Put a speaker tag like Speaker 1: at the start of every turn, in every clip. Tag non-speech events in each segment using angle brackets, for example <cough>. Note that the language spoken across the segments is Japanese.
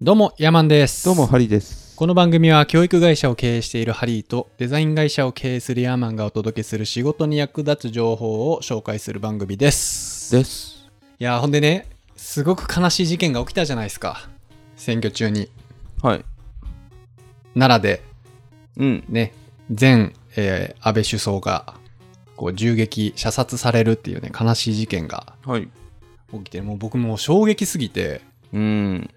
Speaker 1: どうも、ヤマンです。
Speaker 2: どうも、ハリです。
Speaker 1: この番組は教育会社を経営しているハリーとデザイン会社を経営するヤーマンがお届けする仕事に役立つ情報を紹介する番組です。い
Speaker 2: です。
Speaker 1: やー、ほんでね、すごく悲しい事件が起きたじゃないですか。選挙中に。
Speaker 2: はい。
Speaker 1: 奈良で
Speaker 2: うん。
Speaker 1: ね、前、えー安倍首相がこう銃撃、射殺されるっていうね、悲しい事件が
Speaker 2: はい。
Speaker 1: 起きて、もう僕もう衝撃すぎて、
Speaker 2: うん。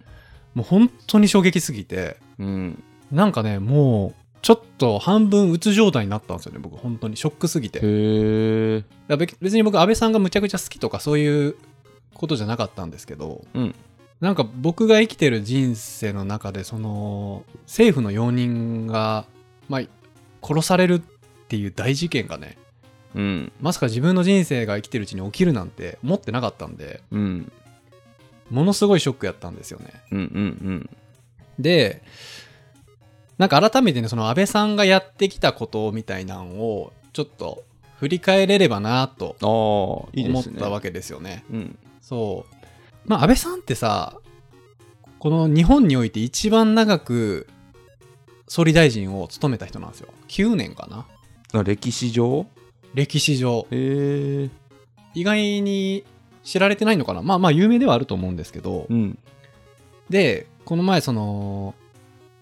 Speaker 1: もう本当に衝撃すぎて、
Speaker 2: うん。
Speaker 1: なんかね、もう、ちょっと半分うつ状態になったんですよね、僕、本当に。ショックすぎて。だか
Speaker 2: へえ。
Speaker 1: ら別別に僕、安倍さんがむちゃくちゃ好きとか、そういうことじゃなかったんですけど、
Speaker 2: うん。
Speaker 1: なんか僕が生きてる人生の中で、その、政府の容認が、まあ、殺されるっていう大事件がね、
Speaker 2: うん。
Speaker 1: まさか自分の人生が生きてるうちに起きるなんて思ってなかったんで、
Speaker 2: うん。
Speaker 1: ものすごいショックやったんですよね。
Speaker 2: うん。うん。
Speaker 1: でなんか改めてねその安倍さんがやってきたことみたいなんをちょっと振り返れればなと
Speaker 2: ああ、いい
Speaker 1: 思
Speaker 2: で
Speaker 1: っ
Speaker 2: すね。
Speaker 1: たわけですよね。
Speaker 2: うん。
Speaker 1: そうまあ安倍さんってさこの日本において一番長く総理大臣を務めた人なんですよ。9年かな
Speaker 2: あ歴史上
Speaker 1: 歴史上
Speaker 2: へえ。
Speaker 1: 意外に知られてないのかなまあまあ有名ではあると思うんですけど、
Speaker 2: うん。
Speaker 1: でこの前その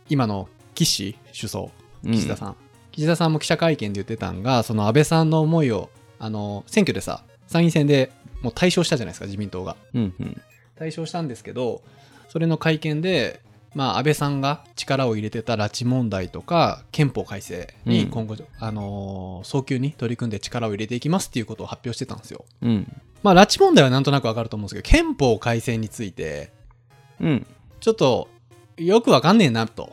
Speaker 1: 今の岸首相岸田
Speaker 2: ん。
Speaker 1: さん、岸田さんも記者会見で言ってたんがその安倍さんの思いをあの選挙でさ参院選でもう大勝したじゃないですか自民党が
Speaker 2: うん。うん。
Speaker 1: 大勝したんですけどそれの会見で、まあ、安倍さんが力を入れてた拉致問題とか憲法改正
Speaker 2: う
Speaker 1: に
Speaker 2: ん
Speaker 1: 今後、あのー早急に取り組んで力を入れていきますっていうことを発表してたんですよ
Speaker 2: うん。
Speaker 1: まあ拉致問題はなんとなくわかると思うんですけど憲法改正について
Speaker 2: うん。
Speaker 1: ちょっとよくわかんねえなと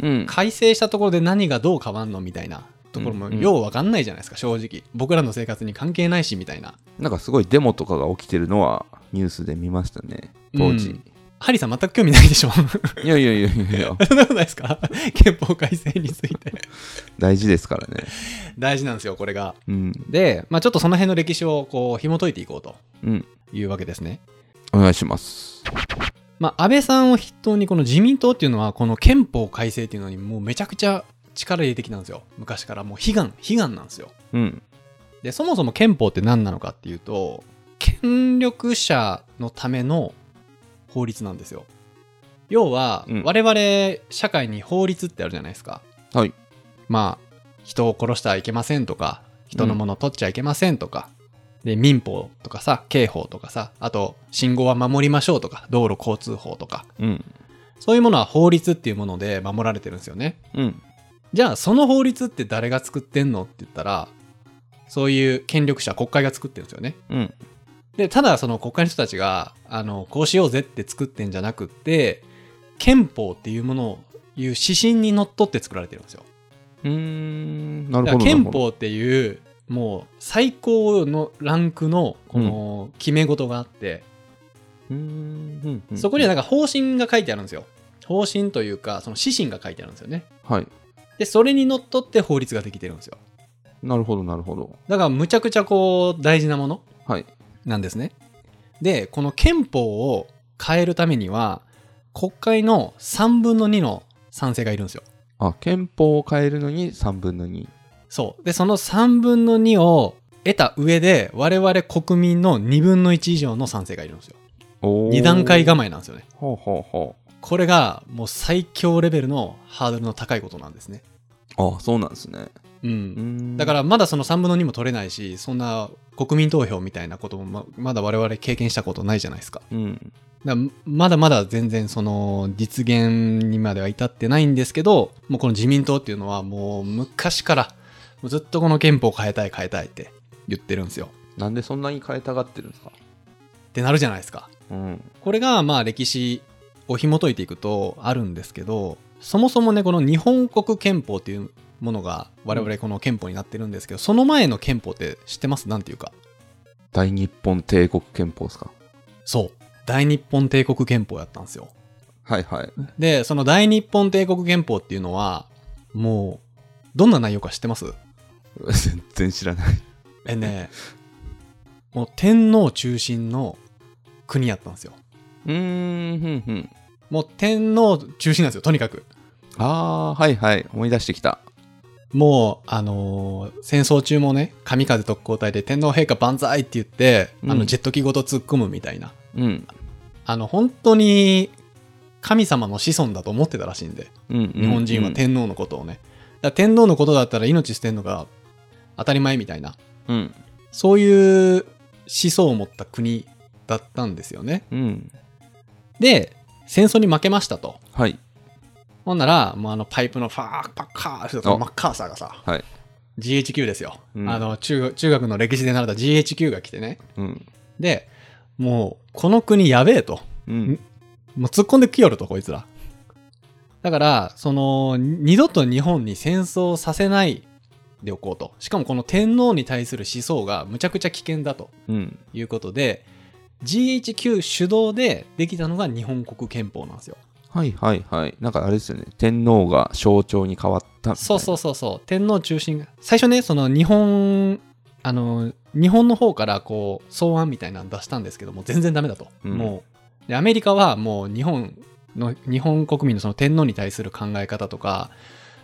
Speaker 2: うん。
Speaker 1: 改正したところで何がどう変わんのみたいなところも
Speaker 2: うんうん
Speaker 1: よう分かんないじゃないですか、正直僕らの生活に関係ないしみたいな
Speaker 2: なんかすごいデモとかが起きてるのはニュースで見ましたね。当時。
Speaker 1: ハリーさん全く興味ないでしょ <laughs> そ
Speaker 2: いやいやいやいやい <laughs> や、
Speaker 1: んなことないですか憲法改正について
Speaker 2: 大事ですからね。
Speaker 1: 大事なんですよこれが
Speaker 2: うん。
Speaker 1: で、まあ、ちょっとその辺の歴史をこう紐解いていこうと
Speaker 2: うん。
Speaker 1: いうわけですね
Speaker 2: お願いします。
Speaker 1: まあ安倍さんを筆頭にこの自民党っていうのはこの憲法改正っていうのにもうめちゃくちゃ力入れてきたんですよ昔からもう悲願悲願なんですよ
Speaker 2: うん。
Speaker 1: でそもそも憲法って何なのかっていうと権力者のための法律なんですよ要は、
Speaker 2: うん
Speaker 1: 我々社会に法律ってあるじゃないですか
Speaker 2: はい。
Speaker 1: まあ人を殺してはいけませんとか人のものを取っちゃいけませんとか、で民法とかさ刑法とかさあと信号は守りましょうとか道路交通法とか
Speaker 2: うん。
Speaker 1: そういうものは法律っていうもので守られてるんですよね
Speaker 2: うん。
Speaker 1: じゃあその法律って誰が作ってんのって言ったらそういう権力者国会が作ってるんですよね
Speaker 2: うん。
Speaker 1: でただその国会の人たちがあのこうしようぜって作ってんじゃなくって憲法っていうものをいう指針にのっとって作られてるんですよ。
Speaker 2: うーん。
Speaker 1: だ
Speaker 2: なる
Speaker 1: か
Speaker 2: ほ
Speaker 1: ら
Speaker 2: ど。
Speaker 1: 憲法っていうもう最高のランクのこの決め事があって、
Speaker 2: うん
Speaker 1: そこにはなんか方針が書いてあるんですよ。方針というかその指針が書いてあるんですよね。
Speaker 2: はい
Speaker 1: でそれにのっとって法律ができてるんですよ。
Speaker 2: なるほどなるほど
Speaker 1: だからむちゃくちゃこう大事なもの
Speaker 2: はい
Speaker 1: なんですね。で、この憲法を変えるためには、国会の3分の2の賛成がいるんですよ。
Speaker 2: あ憲法を変えるのに3分の2
Speaker 1: そう。で、その3分の2を得た上で、我々国民の2分の1以上の賛成がいるんですよ。
Speaker 2: おー
Speaker 1: 2段階構えなんですよね。
Speaker 2: ほうほうほ
Speaker 1: これがもう最強レベルのハードルの高いことなんですね。
Speaker 2: うあそうなんですね
Speaker 1: う
Speaker 2: うー
Speaker 1: ん。
Speaker 2: ん
Speaker 1: だからまだその3分の2も取れないし、そんな国民投票みたいなこともままだ我々経験したことないじゃないですか。
Speaker 2: うん
Speaker 1: だからまだまだ全然その実現にまでは至ってないんですけどもうこの自民党っていうのはもう昔からもうずっとこの憲法を変えたい変えたいって言ってるんですよ
Speaker 2: なんでそんなに変えたがってるんですか
Speaker 1: ってなるじゃないですか
Speaker 2: うん
Speaker 1: これがまあ歴史を紐解いていくとあるんですけどそもそもねこの日本国憲法っていうものが我々この憲法になってるんですけどその前の憲法って知ってますなんていうか
Speaker 2: 大日本帝国憲法ですか
Speaker 1: そう大日本帝国憲法やったんですよ
Speaker 2: はいはい <laughs>
Speaker 1: で、その大日本帝国憲法っていうのは、もう、どんな内容か知ってます
Speaker 2: 全然知らない
Speaker 1: えね、
Speaker 2: <laughs>
Speaker 1: もう天皇中心の国やったんですよ。
Speaker 2: うーんふんふん
Speaker 1: もう天皇中心なんですよとにかく
Speaker 2: ああーはいはい思い出してきた
Speaker 1: もうあのー戦争中もね神風特攻隊で天皇陛下万歳って言って、あ
Speaker 2: う
Speaker 1: の
Speaker 2: ん
Speaker 1: ジェット機ごと突っ込むみたいな
Speaker 2: うん
Speaker 1: あの本当に神様の子孫だと思ってたらしいんで
Speaker 2: うん
Speaker 1: 日本人は天皇のことをね、だから天皇のことだったら命捨てるのが当たり前みたいな
Speaker 2: うん
Speaker 1: そういう思想を持った国だったんですよね
Speaker 2: うん、うん、
Speaker 1: で戦争に負けましたと
Speaker 2: はい
Speaker 1: ほんなら、もうあのパイプのファーパッカーって
Speaker 2: あ
Speaker 1: マッカーサーがさ、
Speaker 2: はい
Speaker 1: GHQ ですよ、
Speaker 2: うん
Speaker 1: あの中。中学の歴史で習った GHQ が来てね。
Speaker 2: うん
Speaker 1: で、もうこの国やべえと。
Speaker 2: うん
Speaker 1: もう突っ込んできよると、こいつら。だから、その、二度と日本に戦争させないでおこうと。しかもこの天皇に対する思想がむちゃくちゃ危険だと
Speaker 2: うん
Speaker 1: いうことで、GHQ 主導でできたのが日本国憲法なんですよ。
Speaker 2: はいはいはいなんかあれですよね天皇が象徴に変わったみたいな
Speaker 1: そうそうそうそう天皇中心が最初ねその日本あの日本の方からこう草案みたいなの出したんですけども全然ダメだと、
Speaker 2: うん
Speaker 1: もうでアメリカはもう日本の日本国民のその天皇に対する考え方とか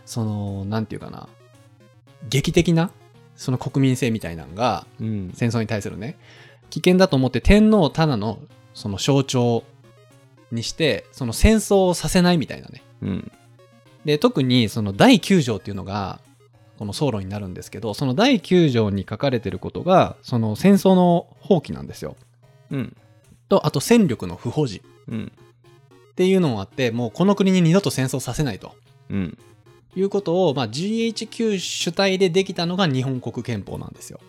Speaker 1: そのなんていうかな劇的なその国民性みたいなのが
Speaker 2: うん
Speaker 1: 戦争に対するね危険だと思って天皇をただのその象徴にしてその戦争をさせないみたいなね
Speaker 2: うん
Speaker 1: で特にその第9条っていうのがこの総論になるんですけどその第9条に書かれてることがその戦争の放棄なんですよ
Speaker 2: うん
Speaker 1: とあと戦力の不保持
Speaker 2: うん
Speaker 1: っていうのもあってもうこの国に二度と戦争させないと
Speaker 2: うん
Speaker 1: いうことを、まあ、GHQ 主体でできたのが日本国憲法なんですよ。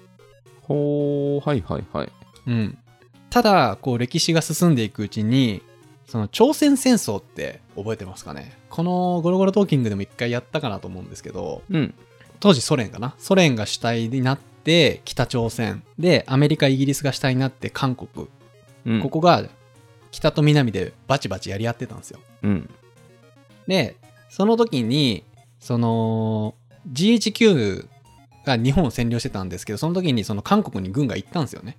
Speaker 2: ほうはいはいはい
Speaker 1: うん、ただこう歴史が進んでいくうちにその朝鮮戦争って覚えてますかねこの「ゴロゴロトーキング」でも一回やったかなと思うんですけど
Speaker 2: うん
Speaker 1: 当時ソ連かなソ連が主体になって北朝鮮でアメリカイギリスが主体になって韓国
Speaker 2: うん
Speaker 1: ここが北と南でバチバチやり合ってたんですよ
Speaker 2: うん
Speaker 1: でその時にその GHQ が日本を占領してたんですけどその時にその韓国に軍が行ったんですよね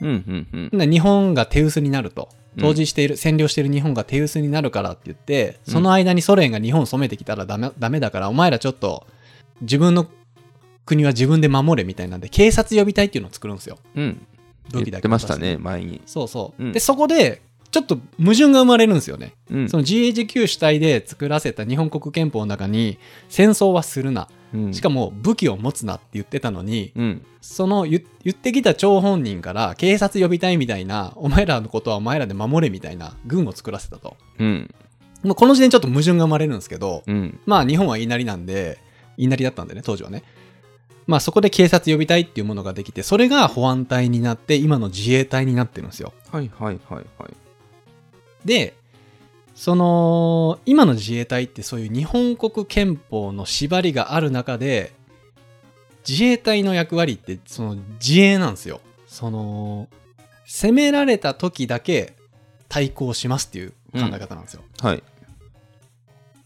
Speaker 2: うんうんうん
Speaker 1: で日本が手薄になると当時している、占領している日本が手薄になるからって言ってその間にソ連が日本を染めてきたらダメダメだからお前らちょっと自分の国は自分で守れみたいなんで警察呼びたいっていうのを作るんですよ
Speaker 2: うん
Speaker 1: 武器
Speaker 2: 言
Speaker 1: だ
Speaker 2: っ
Speaker 1: け
Speaker 2: て
Speaker 1: 渡
Speaker 2: ま
Speaker 1: し
Speaker 2: してたね前に
Speaker 1: そうそう、
Speaker 2: うん
Speaker 1: でそこでちょっと矛盾が生まれるんですよね、
Speaker 2: うん
Speaker 1: その GHQ 主体で作らせた日本国憲法の中に戦争はするな
Speaker 2: うん
Speaker 1: しかも武器を持つなって言ってたのに、
Speaker 2: うん
Speaker 1: その言言ってきた張本人から警察呼びたいみたいなお前らのことはお前らで守れみたいな軍を作らせたと
Speaker 2: うん
Speaker 1: もうこの時点でちょっと矛盾が生まれるんですけど、
Speaker 2: うん
Speaker 1: まあ日本は言いなりなんで言いなりだったんでね当時はねまあそこで警察呼びたいっていうものができてそれが保安隊になって今の自衛隊になってるんですよ
Speaker 2: はいはいはいはい
Speaker 1: でその今の自衛隊ってそういう日本国憲法の縛りがある中で自衛隊の役割ってその自衛なんですよその攻められた時だけ対抗しますっていう考え方なんですよ、
Speaker 2: はい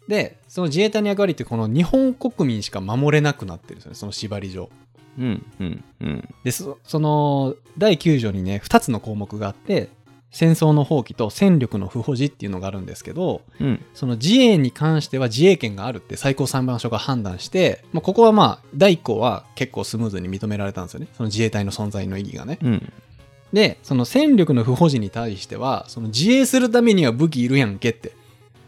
Speaker 1: でその自衛隊の役割ってこの日本国民しか守れなくなってるんですよねその縛り上
Speaker 2: うんうんうん
Speaker 1: でそその第9条にね2つの項目があって戦争の放棄と戦力の不保持っていうのがあるんですけど、
Speaker 2: うん
Speaker 1: その自衛に関しては自衛権があるって最高裁判所が判断して、まあ、ここはまあ第1項は結構スムーズに認められたんですよねその自衛隊の存在の意義がね
Speaker 2: うん
Speaker 1: でその戦力の不保持に対してはその自衛するためには武器いるやんけって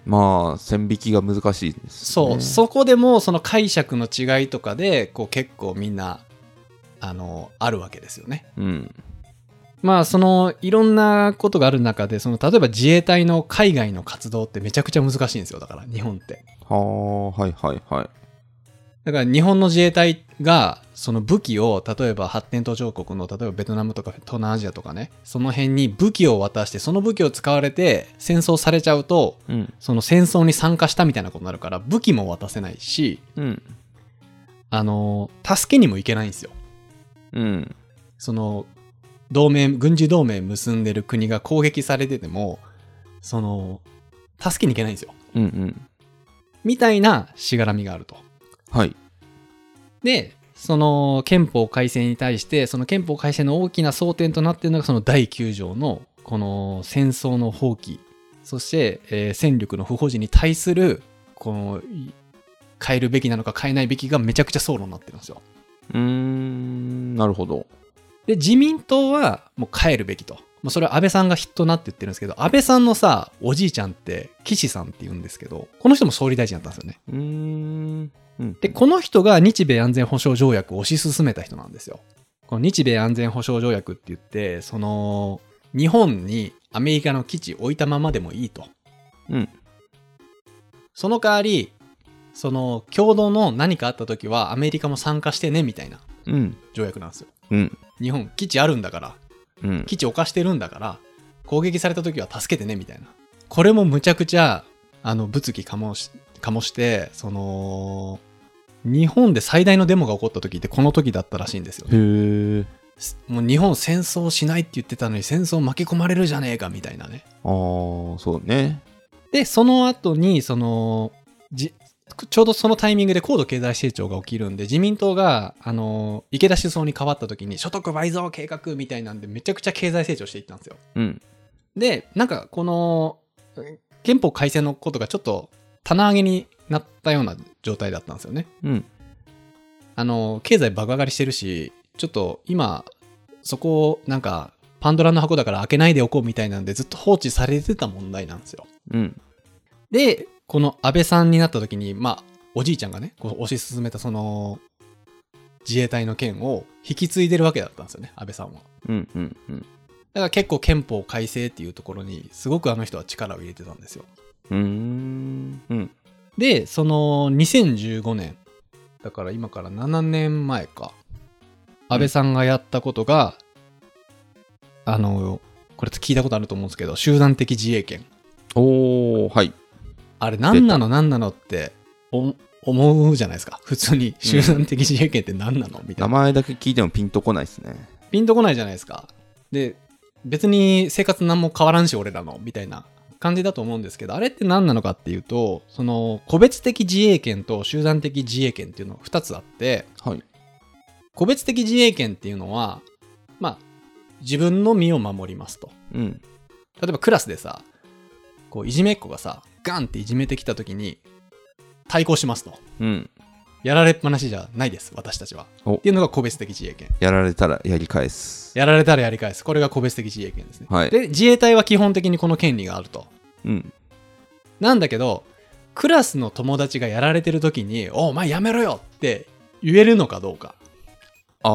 Speaker 2: まあ線引きが難しいです
Speaker 1: そう、
Speaker 2: ね
Speaker 1: そこでもその解釈の違いとかでこう結構みんなあのあるわけですよね
Speaker 2: うん
Speaker 1: まあそのいろんなことがある中でその例えば自衛隊の海外の活動ってめちゃくちゃ難しいんですよだから日本って
Speaker 2: はあはいはいはい
Speaker 1: だから日本の自衛隊がその武器を例えば発展途上国の例えばベトナムとか東南アジアとかねその辺に武器を渡してその武器を使われて戦争されちゃうと
Speaker 2: うん
Speaker 1: その戦争に参加したみたいなことになるから武器も渡せないし
Speaker 2: うん
Speaker 1: あの助けにも行けないんですよ
Speaker 2: うん
Speaker 1: その同盟軍事同盟結んでる国が攻撃されててもその助けに行けないんですよ
Speaker 2: うんうん
Speaker 1: みたいなしがらみがあると。
Speaker 2: はい
Speaker 1: でその憲法改正に対してその憲法改正の大きな争点となっているのがその第9条のこの戦争の放棄そして、えー戦力の不保持に対するこのい変えるべきなのか変えないべきがめちゃくちゃ争論になってるんですよ。
Speaker 2: うーん、なるほど。
Speaker 1: で自民党はもう変えるべきと。まあ、それは安倍さんが筆頭になって言ってるんですけど安倍さんのさおじいちゃんって岸さんって言うんですけどこの人も総理大臣だったんですよね。
Speaker 2: うーん。うん
Speaker 1: で、この人が日米安全保障条約を推し進めた人なんですよ。この日米安全保障条約って言って、その、日本にアメリカの基地置いたままでもいいと。
Speaker 2: うん。
Speaker 1: その代わり、その、共同の何かあった時はアメリカも参加してね、みたいな
Speaker 2: うん。
Speaker 1: 条約なんですよ。
Speaker 2: うん。
Speaker 1: 日本、基地あるんだから、
Speaker 2: うん。
Speaker 1: 基地置かしてるんだから、攻撃された時は助けてね、みたいな。これもむちゃくちゃ、あの、物議かもし、かもして、その、日本で最大のデモが起こった時ってこの時だったらしいんですよね。
Speaker 2: へえ。
Speaker 1: もう日本戦争しないって言ってたのに戦争巻き込まれるじゃねえかみたいなね。
Speaker 2: ああ、そうね。
Speaker 1: で、その後に、その、じちょうどそのタイミングで高度経済成長が起きるんで、自民党が、あの、池田首相に変わった時に所得倍増計画みたいなんでめちゃくちゃ経済成長していったんですよ。
Speaker 2: うん。
Speaker 1: で、なんかこの、え憲法改正のことがちょっと棚上げになったような状態だったんですよね。
Speaker 2: うん。
Speaker 1: あの、経済爆上がりしてるし、ちょっと今、そこをなんか、パンドラの箱だから開けないでおこうみたいなんで、ずっと放置されてた問題なんですよ。
Speaker 2: うん。
Speaker 1: で、この安倍さんになった時に、まあ、おじいちゃんがね、こう推し進めたその、自衛隊の件を引き継いでるわけだったんですよね、安倍さんは。
Speaker 2: うん。うん。うん。
Speaker 1: だから結構憲法改正っていうところに、すごくあの人は力を入れてたんですよ。
Speaker 2: うーん。うん。
Speaker 1: で、その2015年、だから今から7年前か、安倍さんがやったことが、あの、これ聞いたことあると思うんですけど、集団的自衛権。
Speaker 2: おおはい。
Speaker 1: あれ何なの何なのってお思うじゃないですか。普通に集団的自衛権って何なのみた
Speaker 2: 名
Speaker 1: いな。
Speaker 2: 前だけ聞いてもピンとこないですね。
Speaker 1: ピンとこないじゃないですか。で、別に生活何も変わらんし、俺らの、みたいな感じだと思うんですけど、あれって何なのかっていうと、その、個別的自衛権と集団的自衛権っていうのが2つあって、
Speaker 2: はい。
Speaker 1: 個別的自衛権っていうのは、まあ、自分の身を守りますと。
Speaker 2: うん。
Speaker 1: 例えばクラスでさ、こう、いじめっ子がさ、ガンっていじめてきた時に、対抗しますと。
Speaker 2: うん。
Speaker 1: やられっぱなしじゃないです、私たちは。
Speaker 2: お
Speaker 1: っていうのが個別的自衛権。
Speaker 2: やられたらやり返す。
Speaker 1: やられたらやり返す。これが個別的自衛権ですね。
Speaker 2: はい
Speaker 1: で、自衛隊は基本的にこの権利があると。
Speaker 2: うん。
Speaker 1: なんだけど、クラスの友達がやられてる時に、おお前やめろよって言えるのかどうか。
Speaker 2: ああ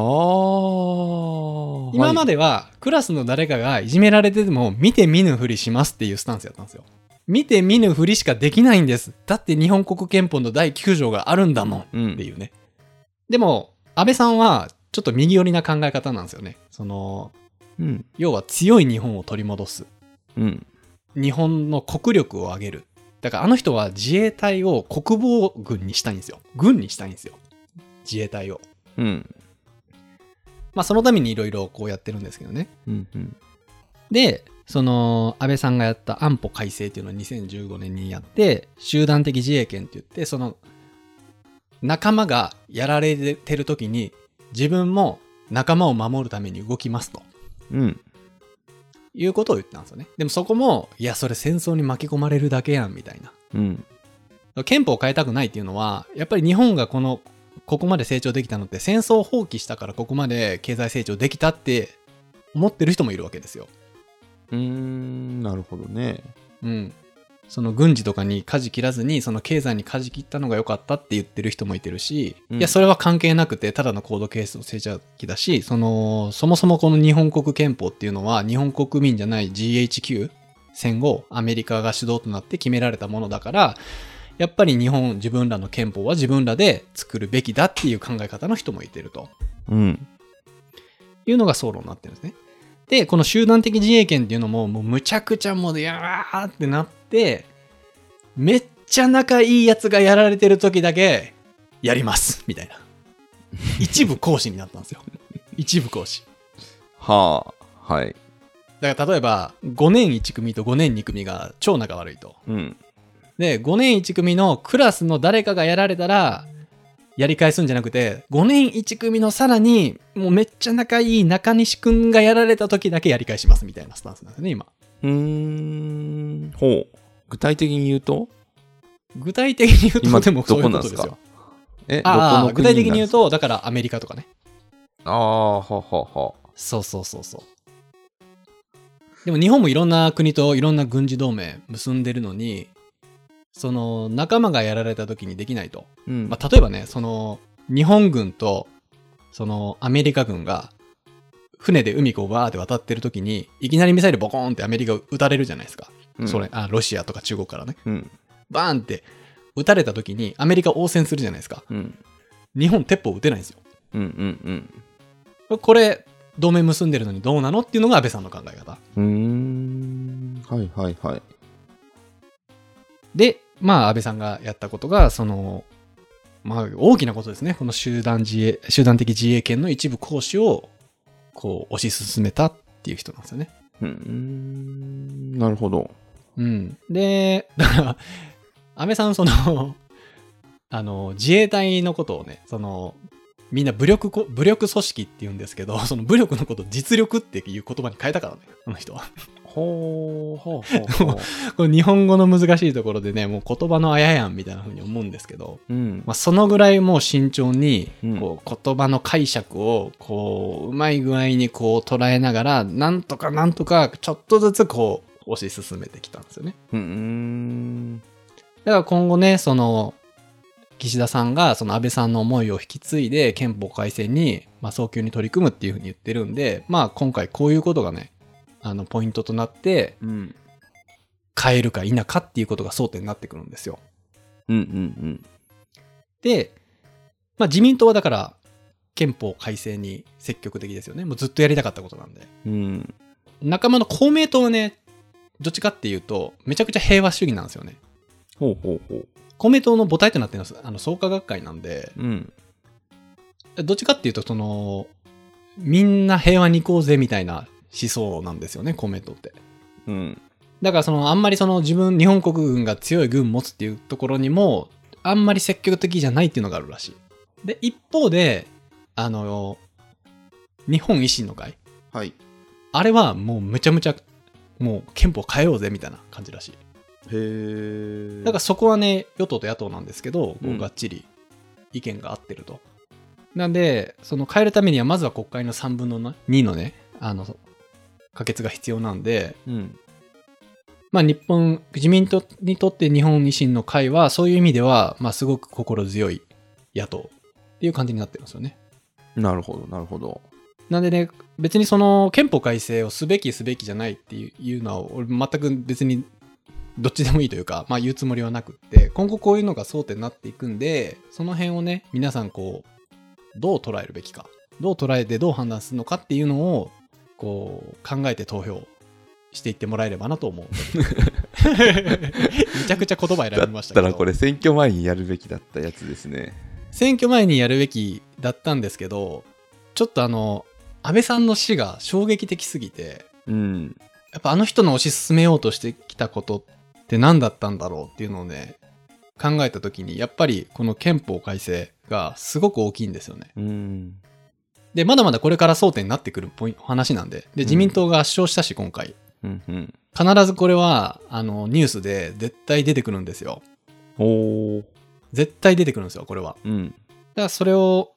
Speaker 1: 今ま
Speaker 2: で。
Speaker 1: ではクラスの誰かがいじめられてても見て見ぬふりしますっていうスタンスやったんですよ。見て見ぬふりしかできないんです。だって日本国憲法の第9条があるんだもんっ
Speaker 2: うん。
Speaker 1: ていうね。でも、安倍さんはちょっと右寄りな考え方なんですよね。その、
Speaker 2: うん。
Speaker 1: 要は強い日本を取り戻す。
Speaker 2: うん。
Speaker 1: 日本の国力を上げる。だからあの人は自衛隊を国防軍にしたいんですよ。軍にしたいんですよ。自衛隊を。
Speaker 2: うん。
Speaker 1: まあそのためにいろいろこうやってるんですけどね。
Speaker 2: うん。うん。
Speaker 1: で、その安倍さんがやった安保改正っていうのを2015年にやって、集団的自衛権って言って、その仲間がやられてる時に自分も仲間を守るために動きますと
Speaker 2: うん。
Speaker 1: いうことを言ったんですよね。でもそこも、いや、それ戦争に巻き込まれるだけやんみたいな。
Speaker 2: うん。
Speaker 1: 憲法を変えたくないっていうのは、やっぱり日本がこの、ここまで成長できたのって戦争を放棄したからここまで経済成長できたって思ってる人もいるわけですよ。
Speaker 2: うーん。なるほどね。
Speaker 1: うん、その軍事とかに舵切らずにその経済に舵切ったのが良かったって言ってる人もいてるし、
Speaker 2: うん
Speaker 1: いやそれは関係なくてただの高度経済成長期だしそのそもそもこの日本国憲法っていうのは日本国民じゃない GHQ 戦後アメリカが主導となって決められたものだからやっぱり日本自分らの憲法は自分らで作るべきだっていう考え方の人もいてると
Speaker 2: うん。
Speaker 1: いうのが総論になってるんですね。で、この集団的自衛権っていうのも、もうむちゃくちゃもう、やーってなって、めっちゃ仲いいやつがやられてる時だけ、やります、みたいな。一部講師になったんですよ。一部講師。
Speaker 2: はあ。はい。
Speaker 1: だから例えば、5年1組と5年2組が超仲悪いと。
Speaker 2: うん。
Speaker 1: で、5年1組のクラスの誰かがやられたら、やり返すんじゃなくて、5年1組のさらに、もうめっちゃ仲いい中西くんがやられた時だけやり返しますみたいなスタンスなんですね、今。
Speaker 2: ううーん。ほう。具体的に言うと
Speaker 1: 具体的に言うと、
Speaker 2: 今
Speaker 1: でもそういう
Speaker 2: どこな
Speaker 1: こと
Speaker 2: んす
Speaker 1: で
Speaker 2: か
Speaker 1: すよ。
Speaker 2: え、どこ
Speaker 1: ああ、
Speaker 2: の
Speaker 1: 具
Speaker 2: 国な
Speaker 1: 体的
Speaker 2: ん
Speaker 1: に言
Speaker 2: で
Speaker 1: う
Speaker 2: すか
Speaker 1: と、だからアメリカとかね。
Speaker 2: ああ、ははは。
Speaker 1: そうそうそうそう。でも日本もいろんな国といろんな軍事同盟結んでるのに、その仲間がやられた時にできないと。
Speaker 2: うん。
Speaker 1: まあ、例えばね、その日本軍とそのアメリカ軍が船で海こうバーって渡ってる時に、いきなりミサイルボコーンってアメリカ撃たれるじゃないですか。
Speaker 2: うん
Speaker 1: それ。、あ、ロシアとか中国からね。
Speaker 2: うん。
Speaker 1: バーンって撃たれた時にアメリカ応戦するじゃないですか。
Speaker 2: うん。
Speaker 1: 日本鉄砲撃てないんですよ。
Speaker 2: うん。うん。
Speaker 1: これ、同盟結んでるのにどうなのっていうのが安倍さんの考え方。
Speaker 2: うん。うーん。はいはいはい。
Speaker 1: で、まあ、安倍さんがやったことが、その、まあ、大きなことですね。この集団自衛、集団的自衛権の一部行使を、こう、推し進めたっていう人なんですよね。
Speaker 2: うーん。なるほど。
Speaker 1: うん。で、だから、安倍さん、その、 <laughs> あの、自衛隊のことをね、その、みんな武力こ、武力組織って言うんですけど、その武力のことを実力っていう言葉に変えたからね、この人は。
Speaker 2: ほうほうほうほ
Speaker 1: これ日本語の難しいところでね、もう言葉のあややんみたいな風に思うんですけど、
Speaker 2: う。うん
Speaker 1: ま。あ、そのぐらいもう慎重に
Speaker 2: うん
Speaker 1: こう言葉の解釈をこううまい具合にこう捉えながらなんとかなんとかちょっとずつこう推し進めてきたんですよね。
Speaker 2: うーん。
Speaker 1: だから今後ねその岸田さんがその安倍さんの思いを引き継いで憲法改正にまあ早急に取り組むっていうふうに言ってるんでまあ今回こういうことがねあのポイントとなって
Speaker 2: うん。
Speaker 1: 変えるか否かっていうことが争点になってくるんですよ。
Speaker 2: うんうん
Speaker 1: で、まあ、自民党はだから憲法改正に積極的ですよね。もうずっとやりたかったことなんで。
Speaker 2: うん。うん。
Speaker 1: 仲間の公明党はね、どっちかっていうと、めちゃくちゃ平和主義なんですよね。
Speaker 2: ほうほうほう。
Speaker 1: 公明党の母体となってるのはあの創価学会なんで、
Speaker 2: うん。
Speaker 1: どっちかっていうと、その、みんな平和に行こうぜみたいな思想なんですよね、公明党って。
Speaker 2: うん。
Speaker 1: だからその、あんまりその自分、日本国軍が強い軍持つっていうところにも、あんまり積極的じゃないっていうのがあるらしい。で、一方で、あの、日本維新の会。
Speaker 2: はい。へ
Speaker 1: あれはもうめちゃめちゃ、もう憲法変えようぜみたいな感じらしい。
Speaker 2: え。
Speaker 1: だからそこはね、与党と野党なんですけど、こ
Speaker 2: う
Speaker 1: うんがっちり意見が合ってると。なんで、その変えるためには、まずは国会の3分の2のね、あの、可決が必要なんで、
Speaker 2: うん。
Speaker 1: まあ日本、自民党にとって日本維新の会は、そういう意味では、まあすごく心強い野党っていう感じになってるんですよね。
Speaker 2: なるほど、なるほど。
Speaker 1: なんでね、別にその憲法改正をすべきすべきじゃないっていうのは、俺全く別にどっちでもいいというか、まあ言うつもりはなくって、今後こういうのが争点になっていくんで、その辺をね、皆さんこう、どう捉えるべきか、どう捉えてどう判断するのかっていうのを、こう、考えて投票していってもらえればなと思う。
Speaker 2: <laughs>
Speaker 1: めちゃくちゃ言葉選
Speaker 2: だ
Speaker 1: びま
Speaker 2: っ
Speaker 1: したけ
Speaker 2: た
Speaker 1: ど。
Speaker 2: らこれ選挙前にやるべきだったやつですね。
Speaker 1: 選挙前にやるべきだったんですけど、ちょっとあの、安倍さんの死が衝撃的すぎて、
Speaker 2: うん。
Speaker 1: やっぱあの人の推し進めようとしてきたことって何だったんだろうっていうのをね、考えたときに、やっぱりこの憲法改正がすごく大きいんですよね。
Speaker 2: うん。
Speaker 1: で、まだまだこれから争点になってくるポイン話なんで、で、自民党が圧勝したし、今回。
Speaker 2: うんうん。
Speaker 1: 必ずこれは、あの、ニュースで絶対出てくるんですよ。
Speaker 2: おー。
Speaker 1: 絶対出てくるんですよ、これは。
Speaker 2: うん。
Speaker 1: だからそれを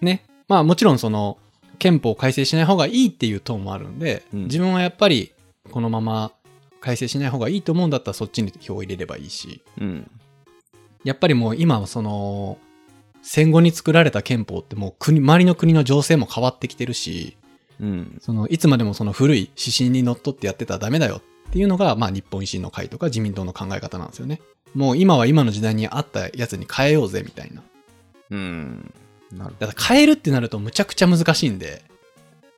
Speaker 1: ねまあもちろんその憲法を改正しない方がいいっていう党もあるんで、
Speaker 2: うん
Speaker 1: 自分はやっぱりこのまま改正しない方がいいと思うんだったらそっちに票を入れればいいし
Speaker 2: うん。
Speaker 1: やっぱりもう今はその戦後に作られた憲法ってもう国周りの国の情勢も変わってきてるし
Speaker 2: うん。
Speaker 1: そのいつまでもその古い指針にのっとってやってたらダメだよっていうのが、まあ、日本維新の会とか自民党の考え方なんですよね。もう今は今の時代に合ったやつに変えようぜみたいな。
Speaker 2: うん。なる
Speaker 1: だから変えるってなるとむちゃくちゃ難しいんで、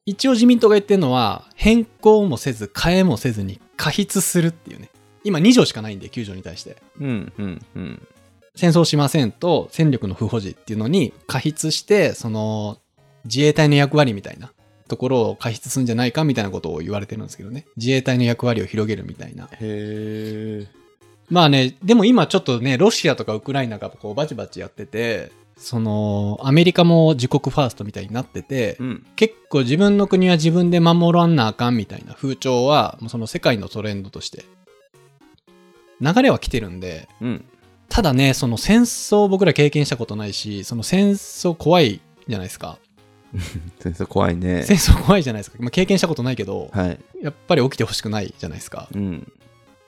Speaker 1: 一応自民党が言ってるのは、変更もせず変えもせずに過筆するっていうね。今2条しかないんで、9条に対して。
Speaker 2: うんうんうん。
Speaker 1: 戦争しませんと戦力の不保持っていうのに過筆して、その自衛隊の役割みたいなところを過筆するんじゃないかみたいなことを言われてるんですけどね。自衛隊の役割を広げるみたいな。
Speaker 2: へえ。
Speaker 1: まあね、でも今ちょっとね、ロシアとかウクライナがこうバチバチやってて、そのアメリカも自国ファーストみたいになってて、
Speaker 2: うん。
Speaker 1: 結構自分の国は自分で守らんなあかんみたいな風潮はもうその世界のトレンドとして流れは来てるんで
Speaker 2: うん。
Speaker 1: ただねその戦争を僕ら経験したことないしその戦争怖いじゃないですか
Speaker 2: 先生怖いね。
Speaker 1: 戦争怖いじゃないですか、まあ、経験したことないけど
Speaker 2: はい。
Speaker 1: やっぱり起きてほしくないじゃないですか
Speaker 2: うん。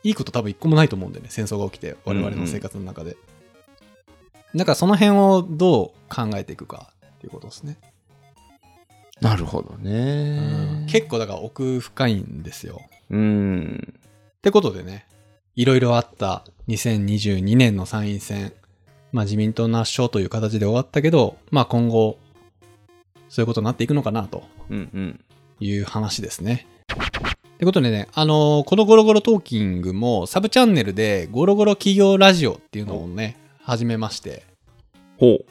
Speaker 1: いいこと多分一個もないと思うんでね戦争が起きて我々の生活の中で、だからその辺をどう考えていくかっていうことですね、
Speaker 2: なるほどね。
Speaker 1: 結構だから奥深いんですよ
Speaker 2: うん。
Speaker 1: ってことでね、いろいろあった2022年の参院選、まあ自民党の圧勝という形で終わったけど、まあ今後、そういうことになっていくのかなと
Speaker 2: うんうん。
Speaker 1: いう話ですね。ってことでね、あのーこのゴロゴロトーキングもサブチャンネルでゴロゴロ企業ラジオっていうのをね、始めまして、
Speaker 2: ほう。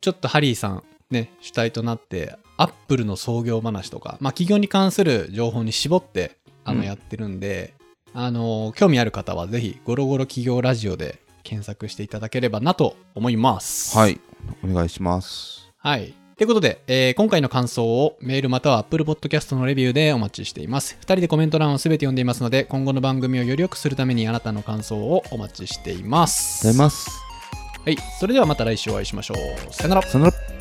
Speaker 1: ちょっとハリーさんね、主体となって、アップルの創業話とか、まあ企業に関する情報に絞って、あ
Speaker 2: う
Speaker 1: の、
Speaker 2: ん
Speaker 1: やってるんで、あの、興味ある方はぜひ、ゴロゴロ企業ラジオで検索していただければなと思います。
Speaker 2: は。い。お願いします。
Speaker 1: はい。ということで、えー今回の感想をメールまたは Apple Podcast のレビューでお待ちしています。2人でコメント欄を全て読んでいますので、今後の番組をより良くするためにあなたの感想をお待ちしています。
Speaker 2: ありがとうございます。
Speaker 1: はい。それではまた来週お会いしましょう。さよなら。
Speaker 2: さよなら。